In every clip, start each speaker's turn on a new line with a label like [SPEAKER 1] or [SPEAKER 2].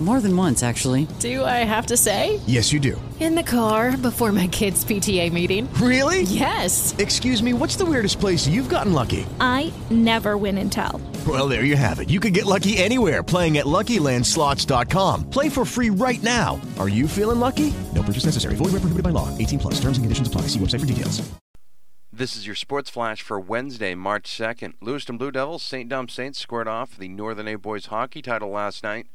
[SPEAKER 1] More than once, actually.
[SPEAKER 2] Do I have to say?
[SPEAKER 3] Yes, you do.
[SPEAKER 2] In the car before my kids' PTA meeting.
[SPEAKER 3] Really?
[SPEAKER 2] Yes.
[SPEAKER 3] Excuse me, what's the weirdest place you've gotten lucky?
[SPEAKER 4] I never win and tell.
[SPEAKER 3] Well, there you have it. You can get lucky anywhere playing at LuckyLandSlots.com. Play for free right now. Are you feeling lucky? No purchase necessary. Void where prohibited by law. 18 plus. Terms and conditions apply. See website for details.
[SPEAKER 5] This is your Sports Flash for Wednesday, March 2nd. Lewiston Blue Devils, St. Dom Saints squared off for the Northern A Boys hockey title last night.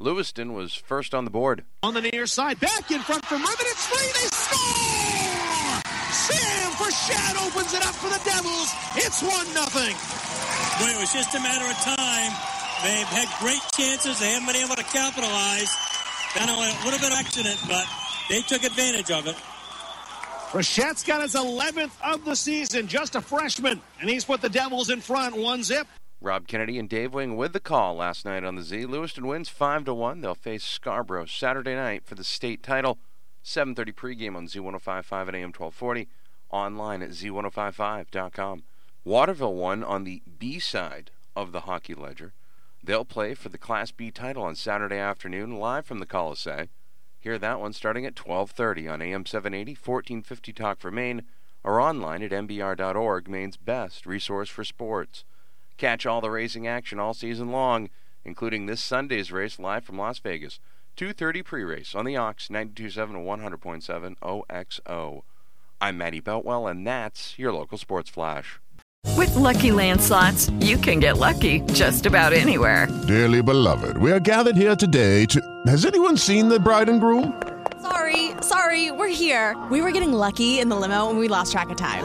[SPEAKER 5] Lewiston was first on the board.
[SPEAKER 6] On the near side, back in front from Ribbon. It's free. They score! Sam Frechette opens it up for the Devils. It's 1 nothing.
[SPEAKER 7] When it was just a matter of time, they've had great chances. They haven't been able to capitalize. Kind of a little bit of accident, but they took advantage of it.
[SPEAKER 6] Frechette's got his 11th of the season, just a freshman, and he's put the Devils in front one zip.
[SPEAKER 5] Rob Kennedy and Dave Wing with the call last night on the Z. Lewiston wins 5 to 1. They'll face Scarborough Saturday night for the state title. 7:30 pregame on Z1055 at AM 1240, online at z1055.com. Waterville won on the B side of the hockey ledger. They'll play for the Class B title on Saturday afternoon live from the Colisee. Hear that one starting at 12:30 on AM 780, 1450 Talk for Maine, or online at mbr.org, Maine's best resource for sports. Catch all the racing action all season long, including this Sunday's race live from Las Vegas. 2:30 pre-race on the Ox 927 and 100.7 OXO. I'm Matty Beltwell and that's your local sports flash.
[SPEAKER 8] With Lucky Land slots, you can get lucky just about anywhere.
[SPEAKER 9] Dearly beloved, we are gathered here today to. Has anyone seen the bride and groom?
[SPEAKER 10] Sorry, sorry, we're here. We were getting lucky in the limo and we lost track of time.